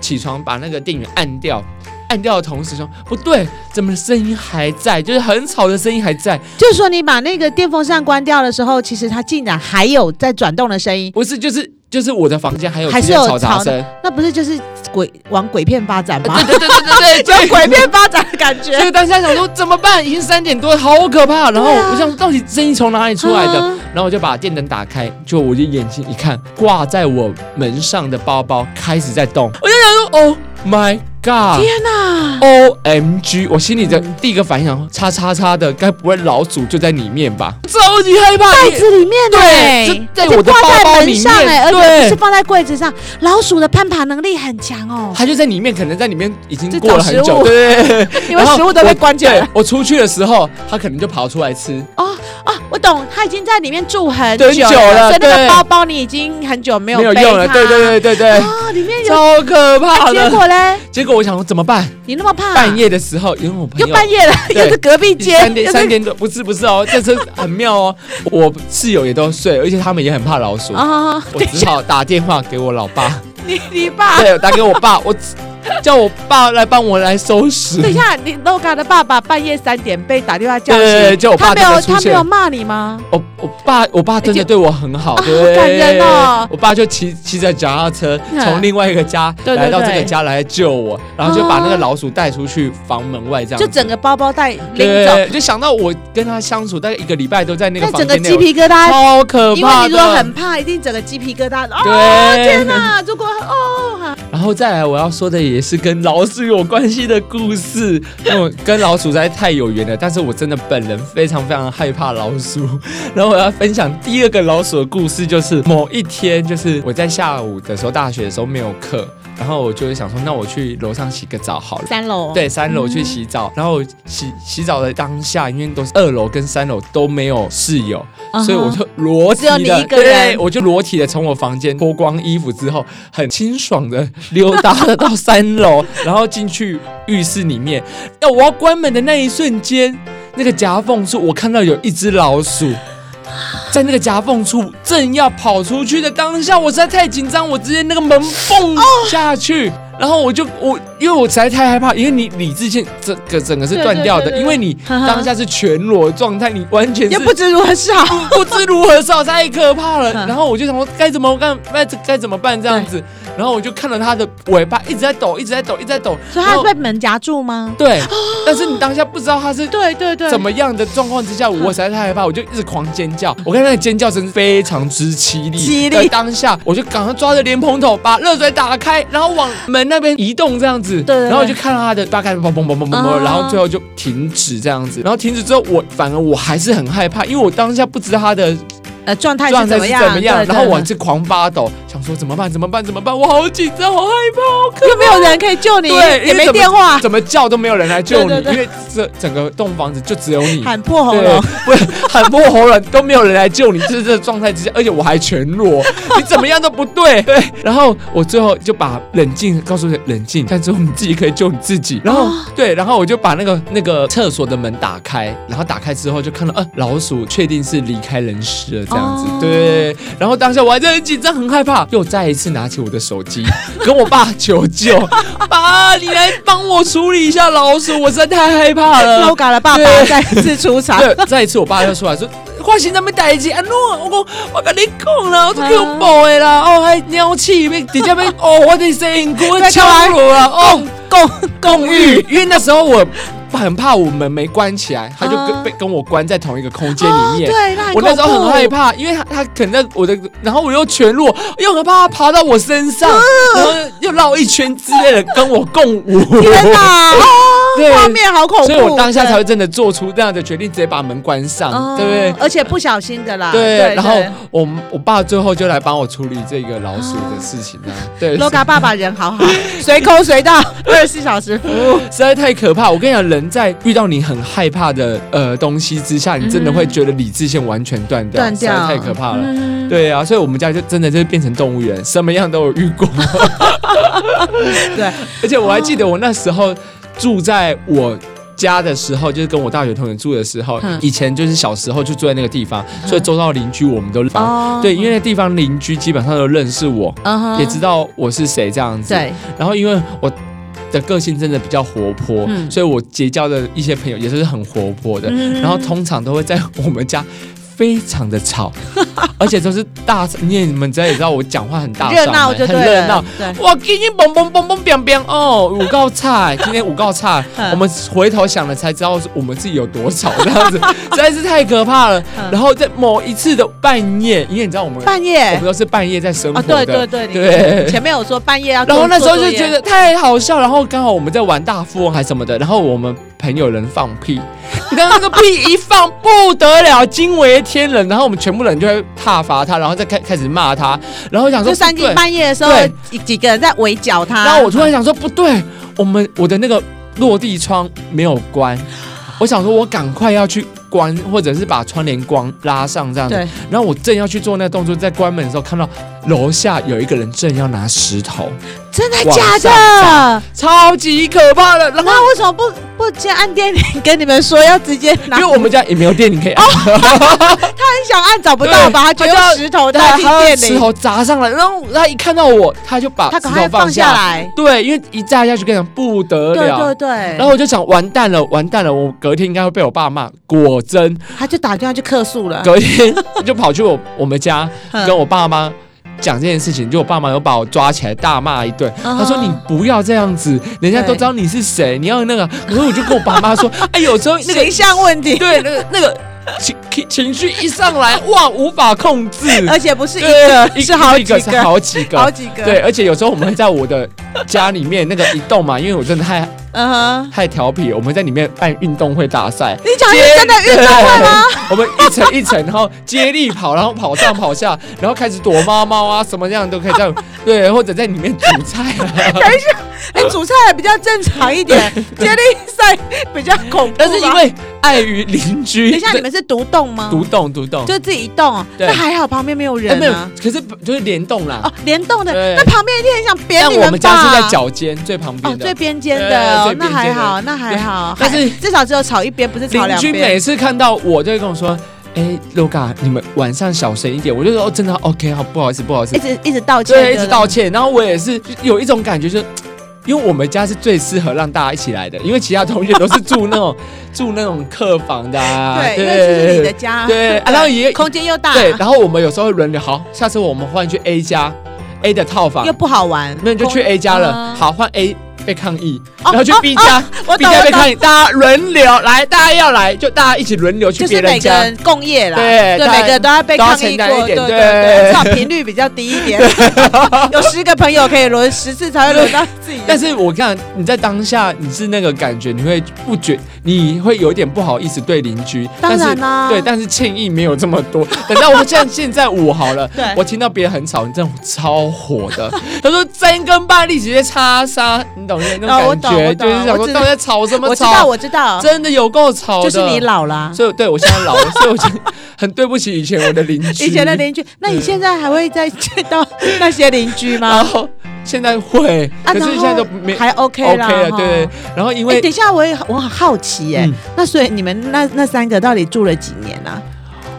Speaker 2: 起床把那个电源按掉。按掉的同时说不对，怎么声音还在？就是很吵的声音还在，
Speaker 1: 就是说你把那个电风扇关掉的时候，其实它竟然还有在转动的声音，
Speaker 2: 不是就是就是我的房间还有
Speaker 1: 还是
Speaker 2: 这些
Speaker 1: 有
Speaker 2: 嘈杂
Speaker 1: 吵
Speaker 2: 声，
Speaker 1: 那不是就是鬼往鬼片发展吗
Speaker 2: 呃对？对对对对对，
Speaker 1: 往 鬼片发展的感 觉
Speaker 2: 所。以当下想说怎么办？已经三点多，好可怕。然后我想到底声音从哪里出来的？
Speaker 1: 啊
Speaker 2: 然后我就把电灯打开，就我就眼睛一看，挂在我门上的包包开始在动，我就想说，Oh my god！
Speaker 1: 天哪！
Speaker 2: O M G！我心里的第一个反应想说，叉叉叉的，该不会老鼠就在里面吧？超级害怕！
Speaker 1: 袋子里面呢
Speaker 2: 对就在
Speaker 1: 而且
Speaker 2: 我的
Speaker 1: 挂在
Speaker 2: 包包
Speaker 1: 门
Speaker 2: 里
Speaker 1: 上
Speaker 2: 面
Speaker 1: 哎，而且
Speaker 2: 对
Speaker 1: 不是放在柜子上。老鼠的攀爬能力很强 哦，
Speaker 2: 它就在里面，可能在里面已经
Speaker 1: 在
Speaker 2: 过了
Speaker 1: 找
Speaker 2: 很
Speaker 1: 食
Speaker 2: 久，
Speaker 1: 物
Speaker 2: 对对对对。
Speaker 1: 因为
Speaker 2: 然后
Speaker 1: 食物都被
Speaker 2: 我
Speaker 1: 关起来
Speaker 2: 对
Speaker 1: 了。
Speaker 2: 我出去的时候，它可能就跑出来吃。
Speaker 1: 哦哦，我懂，它已经在里面住很
Speaker 2: 很
Speaker 1: 久
Speaker 2: 久
Speaker 1: 所
Speaker 2: 了
Speaker 1: 以那个
Speaker 2: 对
Speaker 1: 包包你已经很久没有背
Speaker 2: 用了，
Speaker 1: 它
Speaker 2: 对对对对 对，
Speaker 1: 哦，里面有
Speaker 2: 超可怕
Speaker 1: 结
Speaker 2: 的。
Speaker 1: 果嘞，
Speaker 2: 哎结果我想说怎么办？
Speaker 1: 你那么怕，
Speaker 2: 半夜的时候，因为我朋
Speaker 1: 又
Speaker 2: 友
Speaker 1: 半夜了，
Speaker 2: 对
Speaker 1: 又是隔壁街，
Speaker 2: 三
Speaker 1: 又
Speaker 2: 点
Speaker 1: 是
Speaker 2: 三点多，不是不是哦，这是很妙哦。我室友也都睡，而且他们也很怕老鼠。
Speaker 1: 哦，
Speaker 2: 我只好打电话给我老爸，
Speaker 1: 你你爸，
Speaker 2: 对，打给我爸，我叫我爸来帮我来收拾
Speaker 1: 等。一下，你 Loga 的爸爸半夜三点被打电话叫
Speaker 2: 对对对
Speaker 1: 醒，
Speaker 2: 就我
Speaker 1: 他
Speaker 2: 爸
Speaker 1: 没
Speaker 2: 真
Speaker 1: 有
Speaker 2: 的出
Speaker 1: 他没
Speaker 2: 现
Speaker 1: 有骂你吗？
Speaker 2: 我我爸我爸真的对我很好，
Speaker 1: 哎就啊
Speaker 2: 对，
Speaker 1: 好感人哦
Speaker 2: 我爸就骑骑着脚踏车
Speaker 1: 嗯
Speaker 2: 从另外一个家
Speaker 1: 对对
Speaker 2: 来到这个
Speaker 1: 对
Speaker 2: 家来救我，然后就把那个
Speaker 1: 哦
Speaker 2: 老鼠带出去房门外这样子。
Speaker 1: 就整个包包带拎走，
Speaker 2: 对，就想到我跟他相处大概一个礼拜都在那个
Speaker 1: 那
Speaker 2: 房
Speaker 1: 整
Speaker 2: 间
Speaker 1: 个
Speaker 2: 内，
Speaker 1: 鸡皮疙瘩，
Speaker 2: 超可
Speaker 1: 因为
Speaker 2: 怕的。
Speaker 1: 你说很怕，一定整个鸡皮疙瘩。哦，
Speaker 2: 对
Speaker 1: 天哪！如果哦，
Speaker 2: 然后再来我要说的也是跟老鼠有关系的故事， 因为我跟老鼠实在太有缘了，但是我真的本人非常非常害怕老鼠。 然后我要分享第二个老鼠的故事，就是某一天，就是我在下午的时候，大学的时候没有课，然后我就想说，那我去楼上洗个澡好了。
Speaker 1: 三楼，
Speaker 2: 对，三楼去洗澡，然后洗洗澡的当下，因为都是二楼跟三楼都没有室友，
Speaker 1: 嗯哼，
Speaker 2: 所以我就裸体
Speaker 1: 只有
Speaker 2: 的，
Speaker 1: 你一个人
Speaker 2: 对，我就裸体的从我房间脱光衣服之后，很清爽的溜达的到三楼，然后进去浴室里面。那我要关门的那一瞬间，那个夹缝处我看到有一只老鼠。在那个夹缝处正要跑出去的当下，我实在太紧张，我直接那个门缝
Speaker 1: 哦
Speaker 2: 下去，然后我就我因为我实在太害怕，因为你理智线整个整个是
Speaker 1: 对
Speaker 2: 断
Speaker 1: 对
Speaker 2: 掉
Speaker 1: 对
Speaker 2: 的，
Speaker 1: 对
Speaker 2: 因为你
Speaker 1: 哈哈
Speaker 2: 当下是全裸状态，你完全是
Speaker 1: 也不知如何是好。
Speaker 2: 不知如何是好，太可怕 了。
Speaker 1: 嗯
Speaker 2: 然后我就想说该怎么办，该该怎么办这样子。然后我就看到它的尾巴一直在抖，一直在抖，一直在抖。
Speaker 1: 所以
Speaker 2: 然
Speaker 1: 他
Speaker 2: 后
Speaker 1: 被门夹住吗？
Speaker 2: 对，但是你当下不知道它是。
Speaker 1: 对对对，
Speaker 2: 怎么样的状况之下，我实在太害怕，我就一直狂尖叫。
Speaker 1: 嗯
Speaker 2: 我看那个尖叫声非常之凄厉，
Speaker 1: 凄厉
Speaker 2: 在当下我就赶快抓着莲蓬头，把热水打开，然后往门那边移动这样子。
Speaker 1: 对对对
Speaker 2: 然后我就看到它的大概砰砰砰砰砰砰，
Speaker 1: 啊
Speaker 2: 然后最后就停止这样子。然后停止之后，我反而我还是很害怕，因为我当下不知道它的
Speaker 1: 呃状态
Speaker 2: 状
Speaker 1: 是
Speaker 2: 态
Speaker 1: 怎
Speaker 2: 是
Speaker 1: 么
Speaker 2: 怎
Speaker 1: 样？
Speaker 2: 么样
Speaker 1: 对？对
Speaker 2: 然后我
Speaker 1: 对
Speaker 2: 是狂发抖，想说怎么办？怎么办？怎么办？我好紧张，好害 怕，好可
Speaker 1: 又没有人可以救你，
Speaker 2: 对
Speaker 1: 也
Speaker 2: 因为
Speaker 1: 没
Speaker 2: 怎么
Speaker 1: 电话
Speaker 2: 怕，，怎么叫都没有人来救你，
Speaker 1: 对对对
Speaker 2: 因为这整个栋房子就只有 你。
Speaker 1: 喊破喉
Speaker 2: 对
Speaker 1: 咙。，
Speaker 2: 不 是喊破喉咙都没有人来救你，就是这个状态之下，而且我还全裸，你怎么样都不 对。对，然后我最后就把冷静告诉你冷静，但是我们自己可以救你自己。然后、
Speaker 1: 哦
Speaker 2: 对，然后我就把那个那个厕所的门打开，然后打开之后就看到呃老鼠确定是离开人世了这样子。
Speaker 1: 哦
Speaker 2: 对，然后当下我还在很紧张很害怕，又再一次拿起我的手 机跟我爸求救，爸你来帮我处理一下老鼠，我实在太害怕了。
Speaker 1: Loga 的爸爸
Speaker 2: 呃对
Speaker 1: 再次出场，
Speaker 2: 对， 再一次我爸就出来说。发生什么代志？啊，诺，我讲，我跟你讲
Speaker 1: 嗯
Speaker 2: 啦，我都恐怖的啦，哦，还尿气，要直接 要，哦，我的身躯敲我啦，哦，
Speaker 1: 共
Speaker 2: 公寓，因为那时候我很怕我门没关起来，他就
Speaker 1: 啊
Speaker 2: 跟被跟我关在同一个空间里面。
Speaker 1: 哦对，那很
Speaker 2: 我那时候
Speaker 1: 恐
Speaker 2: 很
Speaker 1: 怖
Speaker 2: 害怕，因为他他可能在我的，然后我又全裸，又很怕他爬到我身上，
Speaker 1: 嗯
Speaker 2: 然后又绕一圈之类的跟我共舞。
Speaker 1: 天哪，哦
Speaker 2: 对
Speaker 1: 画面好恐怖。
Speaker 2: 所以我当下才会真的做出这样的决定，直接把门关上，
Speaker 1: 嗯
Speaker 2: 对不对？
Speaker 1: 而且不小心的啦。
Speaker 2: 对，然后我我爸最后就来帮我处理这个老鼠的事情啊，对，实
Speaker 1: LOGA 爸爸人好 好，随口随到，二十四小时服务。
Speaker 2: 在太可怕。我跟你讲，人在遇到你很害怕的呃东西之下，你真的会觉得理智线完全断掉，
Speaker 1: 嗯断掉
Speaker 2: 实在太可怕了。
Speaker 1: 嗯
Speaker 2: 对啊，所以我们家就真的就变成动物园，什么样都有遇过。
Speaker 1: 对，哦
Speaker 2: 而且我还记得我那时候住在我。家的时候，就是跟我大学同学住的时候，
Speaker 1: 嗯
Speaker 2: 以前就是小时候就住在那个地方，所以周遭邻居我们都帮
Speaker 1: 哦
Speaker 2: 对，因为那地方邻居基本上都认识我，
Speaker 1: 嗯哼
Speaker 2: 也知道我是谁这样子。
Speaker 1: 对，
Speaker 2: 然后因为我的个性真的比较活泼，
Speaker 1: 嗯
Speaker 2: 所以我结交的一些朋友也是很活泼的。
Speaker 1: 嗯
Speaker 2: 然后通常都会在我们家非常的 吵，而且都是大声，因为你们知道也知道我讲话很大
Speaker 1: 热
Speaker 2: 声，
Speaker 1: 闹就
Speaker 2: 很
Speaker 1: 对
Speaker 2: 热闹
Speaker 1: 了。，对，
Speaker 2: 哇，今天嘣嘣嘣嘣砰砰哦，五告 菜，今天五告菜，
Speaker 1: 嗯
Speaker 2: 我们回头想了才知道我们自己有多吵，这样子 实在是太可怕了
Speaker 1: 嗯。
Speaker 2: 然后在某一次的半夜，因为你知道我们 我
Speaker 1: 半夜
Speaker 2: 们都是半夜在生活
Speaker 1: 啊，
Speaker 2: 的，
Speaker 1: 对对对，你
Speaker 2: 对
Speaker 1: 前面有说半夜要做，
Speaker 2: 然后那时候就
Speaker 1: 做作业
Speaker 2: 觉得太好笑，然后刚好我们在玩大富翁还什么的，然后我们朋友人放屁，然后那个屁一放不得了，惊为天人，然后我们全部人就会挞伐他，然后再开开始骂他，然后想说
Speaker 1: 就三
Speaker 2: 不对
Speaker 1: 更半夜的时候
Speaker 2: 对，
Speaker 1: 几几个人在围剿他，
Speaker 2: 然后我突然想说不对，我们我的那个落地窗没有关，我想说我赶快要去关，或者是把窗帘光拉上这样子
Speaker 1: 对。
Speaker 2: 然后我正要去做那个动作，在关门的时候看到楼下有一个人正要拿石头，
Speaker 1: 真的
Speaker 2: 往
Speaker 1: 假
Speaker 2: 上
Speaker 1: 的？
Speaker 2: 超级可怕的。然后
Speaker 1: 那为什么不不先按电铃跟你们说，要直接拿？哦
Speaker 2: 因为我们家也没有电铃可以按，
Speaker 1: 很想按找不到吧？他
Speaker 2: 对
Speaker 1: 就用石头代替
Speaker 2: 他
Speaker 1: 电
Speaker 2: 石
Speaker 1: 铃，
Speaker 2: 头砸上来，然后他一看到我，他就把
Speaker 1: 他
Speaker 2: 石
Speaker 1: 赶快
Speaker 2: 头
Speaker 1: 放
Speaker 2: 放
Speaker 1: 下
Speaker 2: 下。
Speaker 1: 来。
Speaker 2: 对，因为一炸下去，跟你讲不得
Speaker 1: 对
Speaker 2: 了
Speaker 1: 对。对，然
Speaker 2: 然后我就想，完蛋了，完蛋了，我隔天应该会被我爸骂。果真，
Speaker 1: 他就打电话去客诉了。
Speaker 2: 隔天就跑去我我们家
Speaker 1: 嗯
Speaker 2: 跟我爸妈讲这件事情，就我爸妈又把我抓起来大骂一顿。
Speaker 1: 嗯
Speaker 2: 他说：“你不要这样子，人家都
Speaker 1: 对
Speaker 2: 知道你是谁，你要那个。”可是我就跟我爸妈说：“哎，有时候 那个
Speaker 1: 形象问题，
Speaker 2: 对那个那个情情绪一上来，哇，无法控制。”
Speaker 1: 而且不是一
Speaker 2: 对啊，
Speaker 1: 哎是好几
Speaker 2: 一个
Speaker 1: 个
Speaker 2: 是好几个，
Speaker 1: 好几个。
Speaker 2: 对，，而且有时候我们会在我的家里面那个一栋嘛，因为我真的太
Speaker 1: 嗯哼，
Speaker 2: 太调皮，我们在里面办运动会大赛。
Speaker 1: 你讲的是真的运动会吗？
Speaker 2: 我们一层一层，然后接力跑，然后跑上跑下，然后开始躲猫猫啊，什么样都可以这样。对，或者在里面煮菜啊。
Speaker 1: 哎，煮菜比较正常一 点，接力赛比较恐怖吧。
Speaker 2: 但是因为碍于邻居，
Speaker 1: 等一下，你们是独栋吗？
Speaker 2: 独栋独栋，
Speaker 1: 就自己一栋哦，
Speaker 2: 对
Speaker 1: 那还好旁边没有
Speaker 2: 哎
Speaker 1: 人
Speaker 2: 没有
Speaker 1: 啊。，
Speaker 2: 可是就是联动啦
Speaker 1: 哦。，联动的，
Speaker 2: 对
Speaker 1: 那旁边一定很想扁
Speaker 2: 但
Speaker 1: 你
Speaker 2: 我
Speaker 1: 们吧？啊
Speaker 2: 们家是在脚尖最旁
Speaker 1: 哦，
Speaker 2: 边的
Speaker 1: 最。边间的，
Speaker 2: 对
Speaker 1: 哦
Speaker 2: 最边
Speaker 1: 那还
Speaker 2: 间的
Speaker 1: 好，那还好，
Speaker 2: 但是
Speaker 1: 还至少只有吵一边，不是吵
Speaker 2: 邻
Speaker 1: 两
Speaker 2: 居
Speaker 1: 边。
Speaker 2: 每次看到我就会跟我说：“哎、l o g a 你们晚上小声一点。”我就说：“哦，真的 OK，好，不好意思，不好意思
Speaker 1: 一。直一直道”歉，
Speaker 2: 对，一
Speaker 1: 不
Speaker 2: 直道歉。然后我也是有一种感觉就是。因为我们家是最适合让大家一起来的，因为其他同学都是住那种 住那种客房的、啊，
Speaker 1: 对，因为这是你的家，
Speaker 2: 对，啊然后也
Speaker 1: 空间又大，
Speaker 2: 对，然后我们有时候会轮流，好，下次我们换去 A 家 A 的套房
Speaker 1: 又，不好玩，
Speaker 2: 那你就去
Speaker 1: 空
Speaker 2: A 家了，
Speaker 1: 啊
Speaker 2: 好换 A 被抗议，
Speaker 1: 哦
Speaker 2: 然后去 B
Speaker 1: 哦
Speaker 2: 家
Speaker 1: 我
Speaker 2: ，B
Speaker 1: 懂
Speaker 2: 家
Speaker 1: 我
Speaker 2: 被
Speaker 1: 懂，
Speaker 2: 抗议，大家轮流来，大家要来就大家一起轮流去
Speaker 1: 就
Speaker 2: 别
Speaker 1: 是
Speaker 2: 人
Speaker 1: 每个
Speaker 2: 家。
Speaker 1: 人共业啦，
Speaker 2: 对
Speaker 1: 对，
Speaker 2: 大
Speaker 1: 每个人都要被
Speaker 2: 都要
Speaker 1: 抗议
Speaker 2: 承担
Speaker 1: 过，
Speaker 2: 一点
Speaker 1: 对至
Speaker 2: 对
Speaker 1: 少频率比较低一点， 有十个朋友可以轮十次才会轮到自己，
Speaker 2: 但是我看你在当下，你是那个感觉，你会不觉，你会有点不好意思对邻居。
Speaker 1: 当然
Speaker 2: 但是
Speaker 1: 啦，
Speaker 2: 对，但是歉意没有这么多。 等到我像现在我好了，
Speaker 1: 对
Speaker 2: 我听到别人很吵，你真的超火的。 他说三更半夜直接插杀，你懂那种
Speaker 1: 哦我
Speaker 2: 感
Speaker 1: 懂
Speaker 2: 觉，
Speaker 1: 我懂
Speaker 2: 就是想
Speaker 1: 我
Speaker 2: 说
Speaker 1: 知
Speaker 2: 到底在吵什么
Speaker 1: 我知道
Speaker 2: 吵？
Speaker 1: 我知道，
Speaker 2: 真的有够吵
Speaker 1: 就
Speaker 2: 的，
Speaker 1: 是你老啦。
Speaker 2: 所以对我现在老了， 所以我觉得很对不起以前我的邻居。
Speaker 1: 以前的邻居，那你
Speaker 2: 对
Speaker 1: 现在还会再见到那些邻居
Speaker 2: 然
Speaker 1: 吗？
Speaker 2: 后现在会，
Speaker 1: 啊
Speaker 2: 哦可是
Speaker 1: 然
Speaker 2: 现在都
Speaker 1: 后
Speaker 2: 没
Speaker 1: 还 OK 啦
Speaker 2: OK 了，
Speaker 1: 哈
Speaker 2: 对。然后因
Speaker 1: 哎、
Speaker 2: 为
Speaker 1: 等一下，我也我很好奇哎、
Speaker 2: 嗯
Speaker 1: 那所以你们那那三个到底住了几年啊？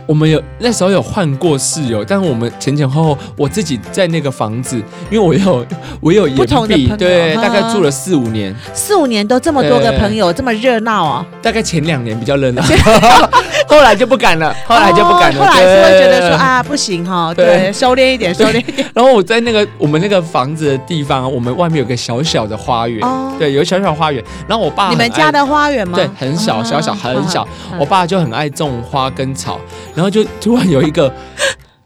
Speaker 2: 我们有那时候有换过室友，但我们前前后后我自己在那个房子，因为我有 我有
Speaker 1: 不
Speaker 2: 岩
Speaker 1: 同的朋
Speaker 2: 壁
Speaker 1: 友，
Speaker 2: 对，
Speaker 1: 嗯
Speaker 2: 大概住了四五年，
Speaker 1: 四五年都这么多个朋友，这么热闹啊！
Speaker 2: 大概前两年比较热闹，后来就不敢了，后来就不敢了。
Speaker 1: 哦后来是会觉得
Speaker 2: 对
Speaker 1: 说。啊，不行哈，
Speaker 2: 对
Speaker 1: 对，收敛一点，收敛一点。
Speaker 2: 然后我在那个我们那个房子的地方，我们外面有个小小的花园，
Speaker 1: 哦
Speaker 2: 对，有小小花园。然后我爸
Speaker 1: 你们
Speaker 2: 很爱
Speaker 1: 家的花园吗？
Speaker 2: 啊哎对，很小，
Speaker 1: 啊
Speaker 2: 小小，很小。。
Speaker 1: 嗯
Speaker 2: 我爸就很爱种花跟草，然后就 突然有一个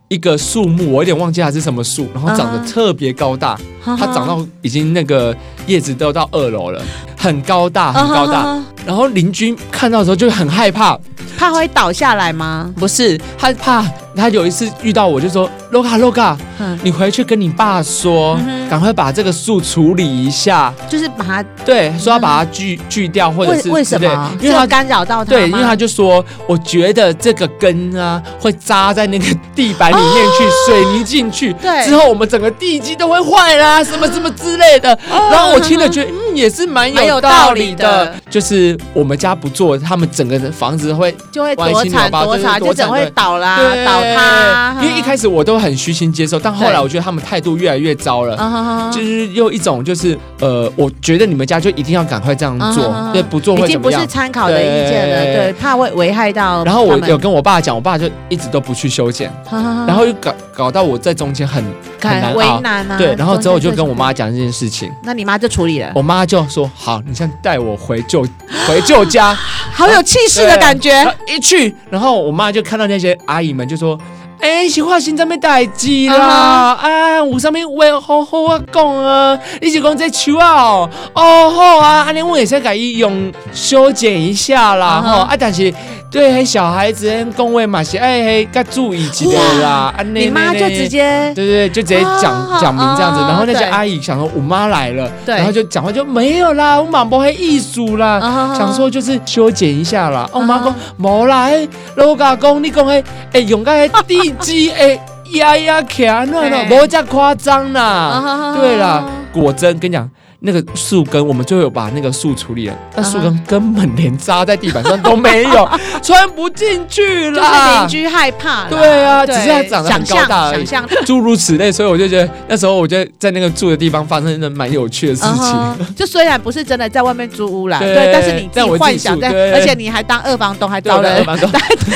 Speaker 2: 一个树木，我有点忘记它是什么树，然后长得
Speaker 1: 嗯
Speaker 2: 特别高大，
Speaker 1: 它
Speaker 2: 它长到已经那个叶子都到二楼了，很高大，很高大。，
Speaker 1: 嗯
Speaker 2: 然后邻居看到的时候就很害怕，
Speaker 1: 怕会倒下来吗？
Speaker 2: 不是他怕，他有一次遇到我就说：“Loga Loga，
Speaker 1: 嗯，
Speaker 2: 你回去跟你爸说
Speaker 1: 嗯，哼
Speaker 2: 赶快把这个树处理一下。
Speaker 1: 就是把它”
Speaker 2: 对，说要把它锯锯掉，或者
Speaker 1: 为
Speaker 2: 是
Speaker 1: 为什
Speaker 2: 之类
Speaker 1: 么？
Speaker 2: 因为他
Speaker 1: 是干扰到它
Speaker 2: 对，因
Speaker 1: 吗
Speaker 2: 为他就说，我觉得这个根啊会扎在那个地板里面去，水泥进 去，
Speaker 1: 对
Speaker 2: 之后我们整个地基都会坏啦，什么什么之类的。
Speaker 1: 哦
Speaker 2: 然后我听了觉得，嗯，也是蛮
Speaker 1: 蛮
Speaker 2: 有
Speaker 1: 有
Speaker 2: 道
Speaker 1: 道
Speaker 2: 理
Speaker 1: 理
Speaker 2: 的
Speaker 1: 的。
Speaker 2: 就是我们家不做，他们整个的房子会
Speaker 1: 就会
Speaker 2: 歪
Speaker 1: 躲
Speaker 2: 七扭
Speaker 1: 产
Speaker 2: 八
Speaker 1: 躲
Speaker 2: 对
Speaker 1: 产，
Speaker 2: 躲
Speaker 1: 就
Speaker 2: 产
Speaker 1: 整会
Speaker 2: 对
Speaker 1: 倒啦，倒
Speaker 2: 对
Speaker 1: 塌。
Speaker 2: 因为一开
Speaker 1: 始，
Speaker 2: 始我都很虚心接受，但后来
Speaker 1: 对
Speaker 2: 我觉得他们态度越来越糟了。
Speaker 1: 嗯哼哼
Speaker 2: 就是又一种就是呃，我觉得你们家就一定要赶快这样做，
Speaker 1: 嗯哼哼
Speaker 2: 对，不做
Speaker 1: 已
Speaker 2: 会
Speaker 1: 经
Speaker 2: 怎
Speaker 1: 不
Speaker 2: 么样
Speaker 1: 是？参考的意见了，
Speaker 2: 对
Speaker 1: 对，怕会危害到他们。
Speaker 2: 然后我有跟我爸讲，我爸就一直都不去修剪，然
Speaker 1: 然
Speaker 2: 后又搞搞到我在中间很很难
Speaker 1: 为
Speaker 2: 熬。
Speaker 1: 难啊。
Speaker 2: 对，然后之后我就
Speaker 1: 中间嗯
Speaker 2: 跟我妈哦
Speaker 1: 这
Speaker 2: 讲这件事情，
Speaker 1: 些，那你妈就处理了，
Speaker 2: 我妈就说：“好，你先带我回舅回 舅家。
Speaker 1: 好有气势的感”觉
Speaker 2: 然。后一去，然后我妈就看到那些阿姨们就说：“哎，是化新这边代志啦，
Speaker 1: 嗯
Speaker 2: 啊，有啥物话好好啊讲啊，你是讲这树啊哦，哦好啊，安尼我也是改伊用修剪一下啦
Speaker 1: 嗯
Speaker 2: 吼、
Speaker 1: 哼
Speaker 2: 啊，但是对迄小孩子那讲话嘛是爱嘿较注意一下啦，安尼
Speaker 1: 你妈就直。接
Speaker 2: 对对对，就直接讲
Speaker 1: 哦
Speaker 2: 讲、明这样子，
Speaker 1: 哦
Speaker 2: 然后那些
Speaker 1: 对
Speaker 2: 阿姨想说我妈来了，
Speaker 1: 对
Speaker 2: 然后就讲话就没有啦，我妈不会艺术
Speaker 1: 啊
Speaker 2: 啦，啊想
Speaker 1: 想
Speaker 2: 说就是修剪一下啦。哦，我妈讲
Speaker 1: 啊
Speaker 2: 无啦，迄老家讲你讲迄，哎诶用到迄地基诶 压压起来那那
Speaker 1: 哎
Speaker 2: 无遮夸张
Speaker 1: 啊
Speaker 2: 啦。对啦，果真跟你讲。那个树根，我们就有把那个树处理了，
Speaker 1: 啊
Speaker 2: 但树根根本连扎在地板上都没 有，穿不进去
Speaker 1: 就是邻
Speaker 2: 啦。
Speaker 1: 居害怕啦。
Speaker 2: 对啊只是她
Speaker 1: 对
Speaker 2: 长得很
Speaker 1: 想
Speaker 2: 高
Speaker 1: 象
Speaker 2: 大而已
Speaker 1: 想象
Speaker 2: 诸如此类，所以我就觉得那时候我就在那个住的地方发生了蛮有趣的事
Speaker 1: 嗯
Speaker 2: 情。
Speaker 1: 哼 就虽然不是真的在外面租屋啦，
Speaker 2: 啊对
Speaker 1: 对，但是你自
Speaker 2: 但
Speaker 1: 己
Speaker 2: 我自己
Speaker 1: 幻想
Speaker 2: 住
Speaker 1: 在，
Speaker 2: 对
Speaker 1: 而且你还当二房东，还
Speaker 2: 对
Speaker 1: 招了
Speaker 2: 我 蛮高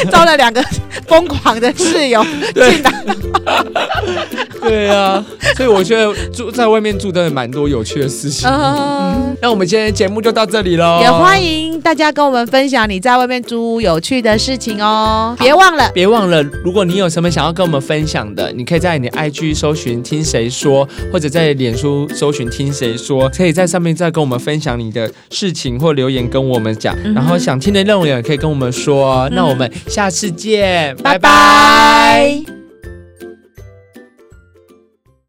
Speaker 1: 招了两个疯狂的室友
Speaker 2: 对
Speaker 1: 进来，
Speaker 2: 对啊，所以我觉得住在外面住真的蛮多有趣的事情。
Speaker 1: 嗯，
Speaker 2: 那我们今天的节目就到这里喽，
Speaker 1: 也欢。迎大家跟我们分享你在外面租屋有趣的事情哦，别忘了
Speaker 2: 别忘了，如果你有什么想要跟我们分享的，你可以在你的 IG 搜寻“听谁说”，或者在脸书搜寻“听谁说”，可以在上面再跟我们分享你的事情或留言跟我们讲。
Speaker 1: 嗯哼
Speaker 2: 然后哦想听的内容也可以跟我们说。那我们下次见，拜
Speaker 1: 拜
Speaker 2: 拜
Speaker 1: 拜